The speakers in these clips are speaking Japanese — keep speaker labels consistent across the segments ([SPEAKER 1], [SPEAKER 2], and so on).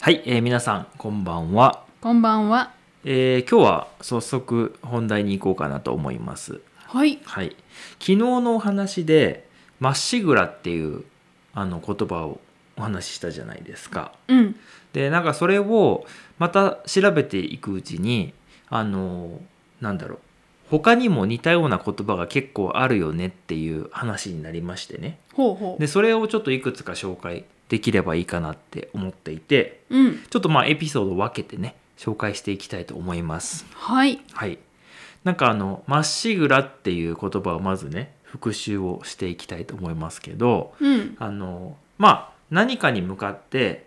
[SPEAKER 1] はい、えー皆さんこんばんは、
[SPEAKER 2] こんばんは。
[SPEAKER 1] えー今日は早速本題に行こうかなと思います
[SPEAKER 2] はい。
[SPEAKER 1] はい昨日のお話で「まっしぐら」っていうあの言葉をお話ししたじゃないですか
[SPEAKER 2] うん。
[SPEAKER 1] でなんかそれをまた調べていくうちにあのなんだろう他にも似たような言葉が結構あるよねっていう話になりましてね
[SPEAKER 2] ほうほう。
[SPEAKER 1] でそれをちょっといくつか紹介できればいいかなって思っていて
[SPEAKER 2] うん。
[SPEAKER 1] ちょっとまあエピソードを分けてね紹介していきたいと思います
[SPEAKER 2] はい。
[SPEAKER 1] はいなんかあの「まっしぐら」っていう言葉をまずね復習をしていきたいと思いますけど
[SPEAKER 2] うん。
[SPEAKER 1] あのまあ何かに向かって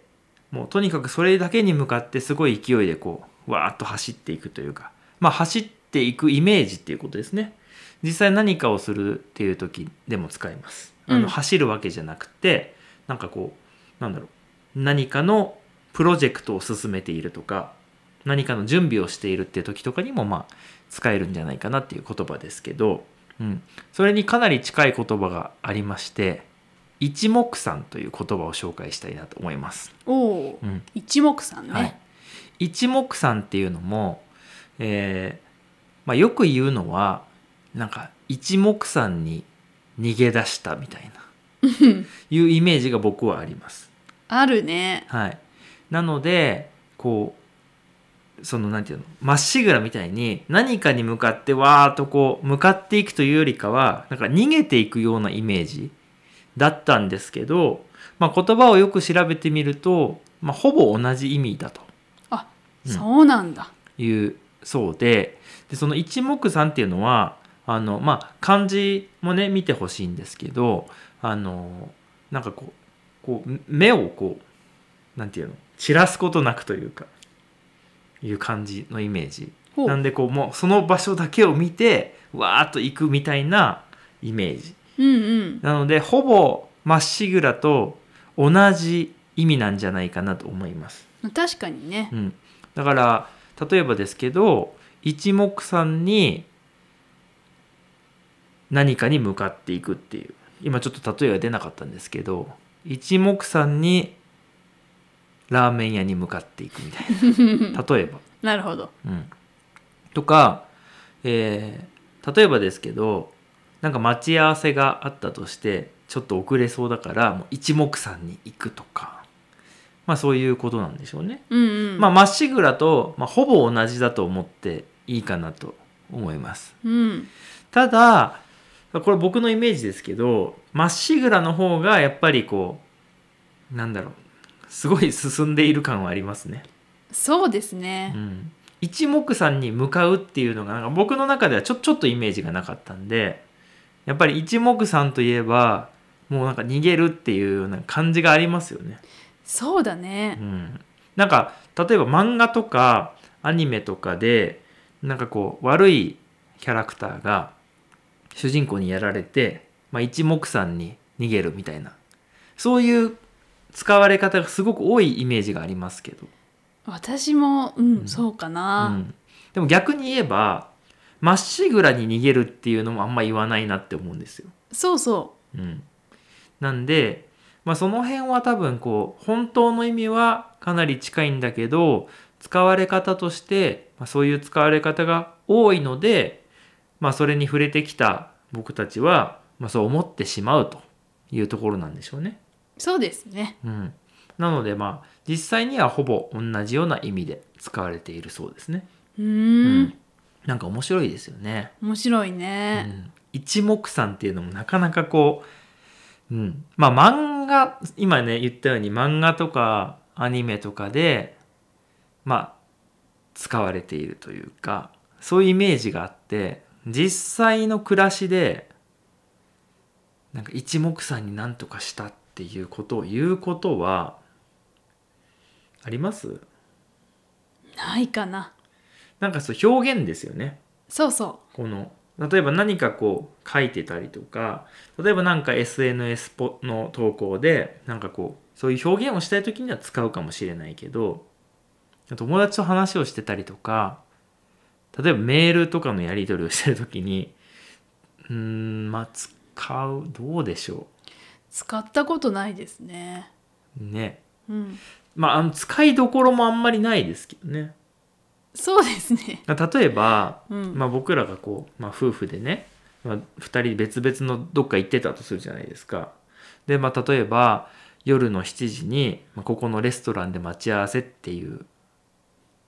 [SPEAKER 1] もうとにかくそれだけに向かってすごい勢いでこうわーっと走っていくというかまあ走っていくイメージっていうことですね実際何かをするっていう時でも使いますあの、
[SPEAKER 2] うん
[SPEAKER 1] 走るわけじゃなくてなんかこうなんだろう何かのプロジェクトを進めているとか何かの準備をしているっていう時とかにもまあ使えるんじゃないかなっていう言葉ですけど、うん、それにかなり近い言葉がありまして一目散という言葉を紹介したいなと思います。
[SPEAKER 2] おお
[SPEAKER 1] う。ん
[SPEAKER 2] 一目散ね。
[SPEAKER 1] はい、一目散っていうのも、えーまあ、よく言うのはなんか一目散に逃げ出したみたいな
[SPEAKER 2] うん
[SPEAKER 1] いうイメージが僕はあります。
[SPEAKER 2] あるね。
[SPEAKER 1] はい、なのでこうそのなんていうのまっしぐらみたいに何かに向かってわーっとこう向かっていくというよりかはなんか逃げていくようなイメージだったんですけど、まあ、言葉をよく調べてみると、まあ、ほぼ同じ意味だと
[SPEAKER 2] あ、
[SPEAKER 1] うん
[SPEAKER 2] そうなんだ。
[SPEAKER 1] いうそうででその一目散っていうのはあのまあ漢字もね見てほしいんですけどあのなんかこうこう目をこうなんていうの散らすことなくというかいう感じのイメージ
[SPEAKER 2] ほ
[SPEAKER 1] な。
[SPEAKER 2] うん
[SPEAKER 1] でこうもうその場所だけを見てわーっと行くみたいなイメージ
[SPEAKER 2] うんうん。
[SPEAKER 1] なのでほぼまっしぐらと同じ意味なんじゃないかなと思います。
[SPEAKER 2] 確かにね
[SPEAKER 1] う。ん、だから例えばですけど一目散に何かに向かっていくっていう今ちょっと例えが出なかったんですけど一目散にラーメン屋に向かっていくみたいな例えば、
[SPEAKER 2] なるほど。
[SPEAKER 1] うん、とか、えー例えばですけどなんか待ち合わせがあったとしてちょっと遅れそうだからもう一目散に行くとかまあそういうことなんでしょうね。
[SPEAKER 2] うんうん。
[SPEAKER 1] まあ、まっしぐらと、まあ、ほぼ同じだと思っていいかなと思います。
[SPEAKER 2] うん。
[SPEAKER 1] ただ、これ僕のイメージですけど、まっしぐらの方がやっぱりこう、なんだろう、すごい進んでいる感はありますね。
[SPEAKER 2] そうです
[SPEAKER 1] う
[SPEAKER 2] ね。
[SPEAKER 1] ん。一目散に向かうっていうのが、なんか僕の中ではちょ、ちょっとイメージがなかったんで、やっぱり一目散といえば、もうなんか逃げるっていうような感じがありますよね。
[SPEAKER 2] そう
[SPEAKER 1] う
[SPEAKER 2] だね。
[SPEAKER 1] ん、なんか例えば漫画とかアニメとかでなんかこう悪いキャラクターが主人公にやられて、まあ、一目散に逃げるみたいなそういう使われ方がすごく多いイメージがありますけど、
[SPEAKER 2] 私も、う
[SPEAKER 1] うん
[SPEAKER 2] ん、そうか
[SPEAKER 1] う
[SPEAKER 2] な。
[SPEAKER 1] ん、でも逆に言えばまっしぐらに逃げるっていうのもあんま言わないなって思うんですよ。
[SPEAKER 2] そうそ
[SPEAKER 1] うん、なんで、まあ、その辺は多分こう本当の意味はかなり近いんだけど使われ方として、まあ、そういう使われ方が多いので、まあ、それに触れてきた僕たちは、まあ、そう思ってしまうというところなんでしょうね。
[SPEAKER 2] う。そうですね。
[SPEAKER 1] うん、なのでまあ実際にはほぼ同じような意味で使われているそうですね。
[SPEAKER 2] う
[SPEAKER 1] う
[SPEAKER 2] ーん。
[SPEAKER 1] なんか面白いですよね。
[SPEAKER 2] 面白いうね。
[SPEAKER 1] ん一目散っていうのもなかなかこう、うん、まあ漫画今ね言ったように漫画とかアニメとかでまあ使われているというかそういうイメージがあって実際の暮らしでなんか一目散になんとかしたっていうことを言うことはあります
[SPEAKER 2] ないかな。
[SPEAKER 1] なんかそう表現ですよね。
[SPEAKER 2] そうそ
[SPEAKER 1] この例えば何かこう書いてたりとか例えばなんか SNS ポの投稿でなんかこうそういう表現をしたい時には使うかもしれないけど友達と話をしてたりとか例えばメールとかのやり取りをしてる時にうーんまあ使うどうでしょ
[SPEAKER 2] う。使ったことないですね。
[SPEAKER 1] うね
[SPEAKER 2] うん。
[SPEAKER 1] まああの使いどころもあんまりないですけどね
[SPEAKER 2] そうですね。
[SPEAKER 1] 例えば、
[SPEAKER 2] うん。
[SPEAKER 1] まあ、僕らがこう、まあ、夫婦でね、まあ、2人別々のどっか行ってたとするじゃないですかで、まあ、例えば夜の7時に、まあ、ここのレストランで待ち合わせっていう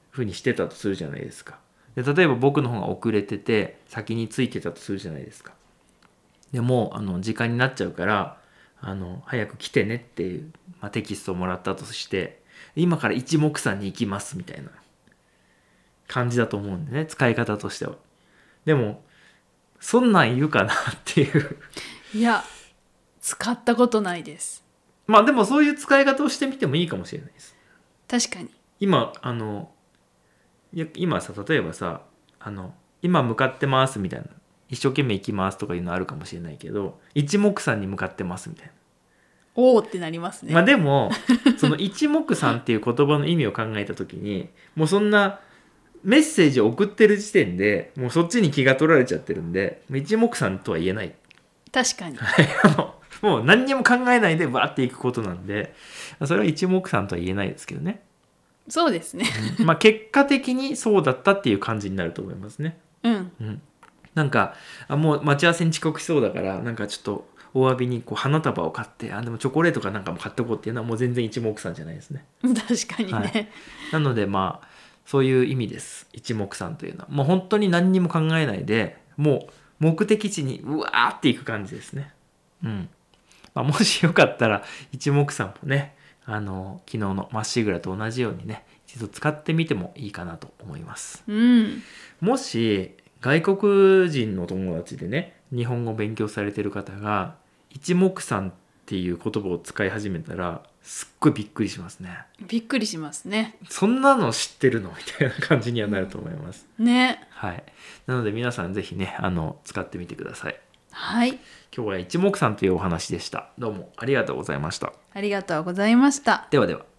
[SPEAKER 1] ふうにしてたとするじゃないですかで例えば僕の方が遅れてて先に着いてたとするじゃないですかでもうあの時間になっちゃうからあの早く来てねっていう、まあ、テキストをもらったとして今から一目散に行きますみたいな感じだと思うんでね使い方としてはでもそんなん言うかなっていう
[SPEAKER 2] いや、使ったことないです。
[SPEAKER 1] まあでもそういう使い方をしてみてもいいかもしれないです
[SPEAKER 2] 確かに。
[SPEAKER 1] 今あのいや今さ例えばさあの今向かってますみたいな一生懸命行きますとかいうのあるかもしれないけど一目散に向かってますみたいな
[SPEAKER 2] おおってなりますね。
[SPEAKER 1] まあでもその一目散っていう言葉の意味を考えた時にもうそんなメッセージを送ってる時点でもうそっちに気が取られちゃってるんで一目散とは言えない
[SPEAKER 2] 確かに。
[SPEAKER 1] あの もう何にも考えないでバーっていくことなんでそれは一目散とは言えないですけどね、
[SPEAKER 2] そうですね。
[SPEAKER 1] まあ結果的にそうだったっていう感じになると思いますね
[SPEAKER 2] うん。
[SPEAKER 1] うん、なんかあもう待ち合わせに遅刻しそうだからなんかちょっとお詫びにこう花束を買ってあでもチョコレートかなんかも買っておこうっていうのはもう全然一目散じゃないですね
[SPEAKER 2] 確かにね。
[SPEAKER 1] はいなのでまあそういう意味です一目散というのはもう本当に何にも考えないでもう目的地にうわーっていく感じですねうん、まあ、もしよかったら一目散もねあの昨日のまっしぐらと同じようにね一度使ってみてもいいかなと思います
[SPEAKER 2] うん。
[SPEAKER 1] もし外国人の友達でね日本語を勉強されてる方が一目散っていう言葉を使い始めたらすっごいびっくりしますね
[SPEAKER 2] びっくりしますね。
[SPEAKER 1] そんなの知ってるのみたいな感じにはなると思います、
[SPEAKER 2] ね。
[SPEAKER 1] はいなので皆さんぜひねあの使ってみてください
[SPEAKER 2] はい。
[SPEAKER 1] 今日は一目散というお話でしたどうもありがとうございました
[SPEAKER 2] ありがとうございました。
[SPEAKER 1] ではでは